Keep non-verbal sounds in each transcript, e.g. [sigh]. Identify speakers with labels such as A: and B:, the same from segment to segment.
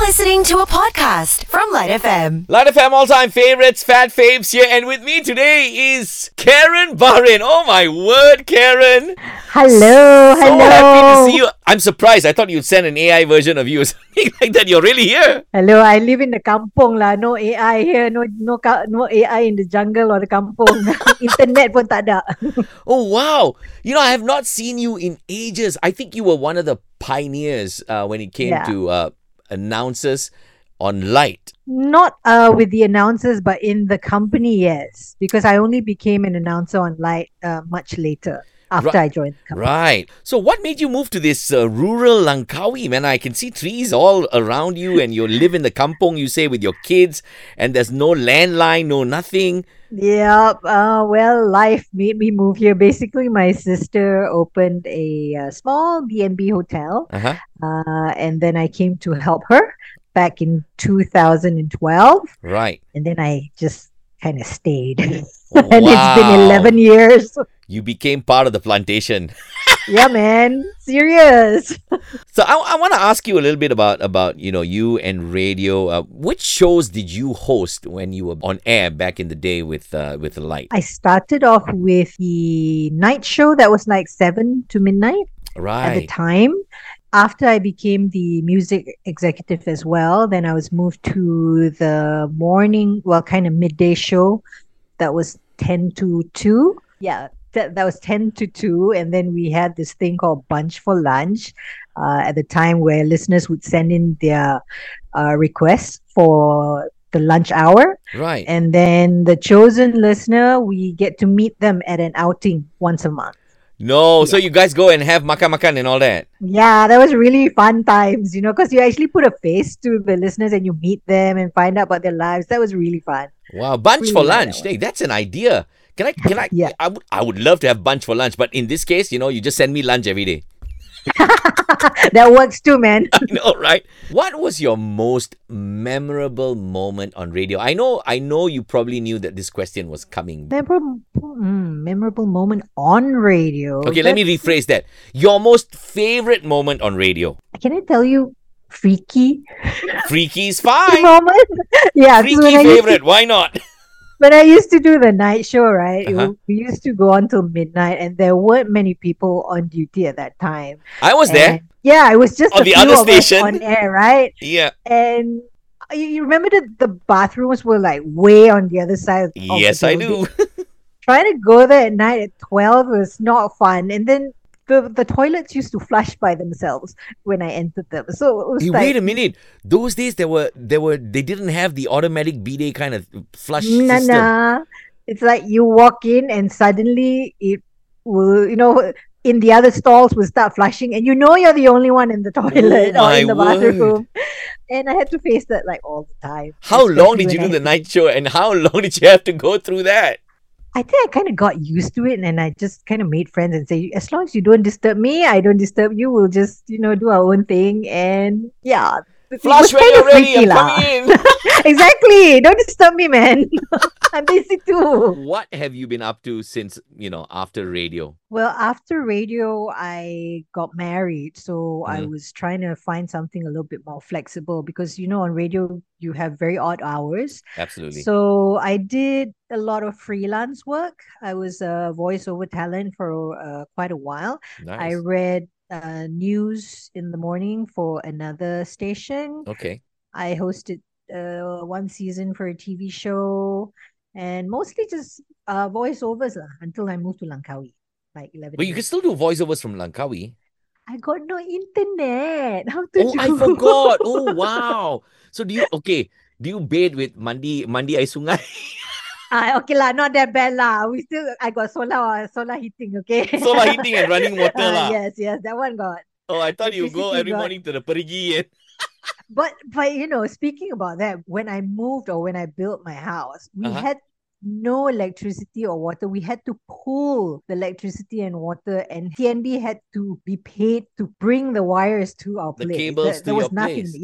A: listening to a podcast from Light FM.
B: Light FM all time favorites, Fat Faves here, and with me today is Karen Barin. Oh my word, Karen!
C: Hello,
B: So
C: hello.
B: happy to see you. I'm surprised. I thought you'd send an AI version of you or [laughs] something like that. You're really here.
C: Hello, I live in the kampong lah. No AI here, no no ka- no AI in the jungle or the kampong. [laughs] Internet pun tak ada.
B: Oh wow! You know, I have not seen you in ages. I think you were one of the pioneers uh, when it came
C: Yeah.
B: to uh, announcers on Light.
C: Not uh, with the announcers, but in the company, yes. Because I only became an announcer on Light uh, much later after I joined the company.
B: Right. So, what made you move to this uh, rural Langkawi, man? I can see trees all around you, and you live in the kampong, you say, with your kids, and there's no landline, no nothing.
C: Yeah, uh, well, life made me move here. Basically, my sister opened a uh, small B&B hotel.
B: Uh-huh.
C: Uh, and then I came to help her back in 2012.
B: Right.
C: and then I just kind of stayed. [laughs] and it's
B: Wow.
C: been 11 years.
B: You became part of the plantation. [laughs]
C: yeah, man. Serious.
B: So, I, I want to ask you a little bit about about you know you and radio. Uh, which shows did you host when you were on air back in the day with uh, with the light?
C: I started off with the night show that was like 7 to midnight at the
B: Right.
C: time. After I became the music executive as well, then I was moved to the morning, well, kind of midday show that was 10 to 2. Yeah. That, that was 10 to 2 and then we had this thing called bunch for lunch uh, at the time where listeners would send in their uh, requests for the lunch hour
B: Right.
C: and then the chosen listener we get to meet them at an outing once a month
B: no. So you guys go and have makan makan and all that.
C: yeah that was really fun times you know because you actually put a face to the listeners and you meet them and find out about their lives that was really fun
B: Wow, bunch for
C: Really like that
B: lunch. Hey, that's an idea. Can I? Can I?
C: Yeah.
B: I would. I would love to have bunch for lunch, but in this case, you know, you just send me lunch every day. [laughs]
C: that works too man
B: I know, right? What was your most memorable moment on radio? I know. I know you probably knew that this question was coming.
C: memorable, mm, memorable moment on radio
B: Okay, let me
C: That's-
B: rephrase that. Your most favorite moment on radio.
C: can i tell you freaky
B: Freaky
C: [laughs]
B: is fine.
C: moment yeah 'cause
B: Freaky
C: when I used to
B: favorite. Why not?
C: when I used to do the night show, right? it
B: Uh-huh.
C: w- we used to go on till midnight, and there weren't many people on duty at that time.
B: I was there.
C: [laughs] And- yeah, it was just
B: On
C: a
B: the
C: few
B: other
C: of us
B: station?
C: on air, right?
B: Yeah.
C: And you, you remember that the bathrooms were like way on the other side. Of the
B: Yes, I
C: building.
B: do.
C: Trying to go there at night at twelve was not fun, and then. The, the toilets used to flush by themselves when I entered them. So it was
B: Hey,
C: like,
B: wait a minute. Those days, there were, there were, they didn't have the automatic bidet kind of flush
C: Nah,
B: system.
C: nah. It's like you walk in and suddenly it will, you know, in the other stalls will start flushing, and you know you're the only one in the toilet
B: Oh
C: or
B: my
C: in the
B: word.
C: bathroom. And I had to face that like all the time.
B: How long
C: especially
B: did you do
C: when I-
B: the night show and how [laughs] long did you have to go through that?
C: I think I kind of got used to it, and I just kind of made friends and say, as long as you don't disturb me, I don't disturb you. We'll just, you know, do our own thing, and yeah. It
B: Flush
C: was
B: when
C: kind
B: you're
C: of
B: ready,
C: freaky
B: I'm
C: lah.
B: coming
C: [laughs] exactly. Don't disturb me, man. [laughs] I'm busy too. [laughs]
B: in. what have you been up to since, you know, after radio?
C: Well, after radio, I got married. So I
B: Mhm.
C: was trying to find something a little bit more flexible because, you know, on radio, you have very odd hours.
B: Absolutely.
C: So I did a lot of freelance work. I was a voiceover talent for uh, quite a while. I
B: nice.
C: read uh, news in the morning for another station.
B: okay.
C: I hosted uh, one season for a TV show and mostly just uh, voiceovers lah, until I moved to Langkawi, like 11
B: But you can
C: years
B: still do voiceovers from Langkawi.
C: I got no internet. [laughs] How to
B: Oh, I
C: do?
B: forgot. Oh, wow. So do you, okay, do you bathe with Mandi, Mandi Air Sungai?
C: [laughs]
B: [laughs]
C: Ah, okay lah, not that bad lah. We still I got solar solar heating, okay?
B: Solar heating and running water
C: [laughs]
B: lah.
C: Ah, yes, yes, that one got.
B: Oh, I thought you go
C: Electricity
B: every
C: got-
B: morning to the Perigi and [laughs]
C: But but you know, speaking about that, when I moved or when I built my house, we
B: Uh-huh.
C: had no electricity or water. We had to pull the electricity and water, and TNB had to be paid to bring the wires to our
B: The
C: place.
B: cables to
C: there there was
B: your
C: nothing.
B: place.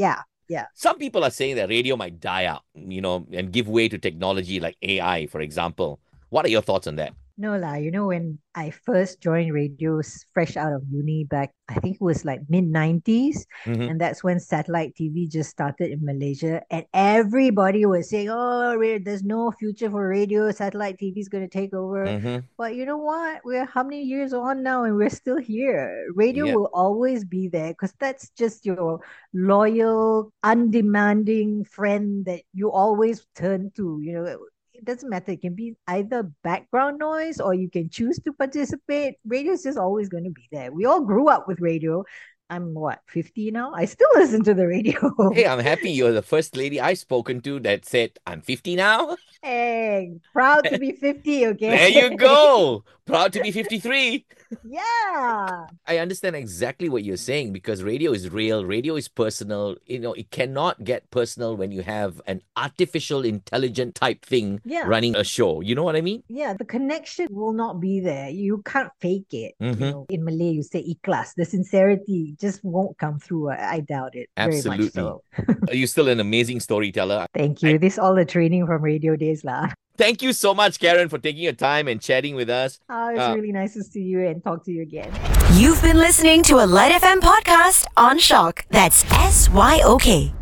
C: Yeah,
B: some people are saying that radio might die out, you know, and give way to technology like AI, for example. What are your thoughts on that?
C: No lah, you know when I first joined radio s- fresh out of uni back, I think it was like mid 90s
B: Mhm.
C: and that's when satellite TV just started in Malaysia and everybody was saying, "Oh, ra- there's no future for radio, satellite TV is going to take over."
B: Mhm.
C: But you know what? We're how many years on now and we're still here. Radio
B: Yeah.
C: will always be there because that's just your loyal, undemanding friend that you always turn to. You know, it, it doesn't matter. It can be either background noise or you can choose to participate. Radio is just always going to be there. We all grew up with radio. I'm what, 50 now? I still [laughs] listen to the radio.
B: Hey, I'm happy you're the first lady I've spoken to that said, I'm 50 now.
C: [laughs] Hey, proud to be 50, okay?
B: There
C: [laughs]
B: you go. Proud to be 53.
C: yeah.
B: I understand exactly what you're saying because radio is real, radio is personal. You know, it cannot get personal when you have an artificial intelligent type thing
C: Yeah.
B: running a show. You know what I mean?
C: Yeah, the connection will not be there. You can't fake it. You
B: Mhm.
C: know, in Malay, you say ikhlas. The sincerity just won't come through. I, I doubt it. Very
B: Absolutely.
C: much so.
B: You're still an amazing storyteller.
C: Thank you. this all the training from Radio Days lah. [laughs]
B: Thank you so much, Karen, for taking your time and chatting with us.
C: Oh, it's
B: Uh,
C: really nice to see you and talk to you again.
A: You've been listening to a Light FM podcast on Shock. That's S Y O K.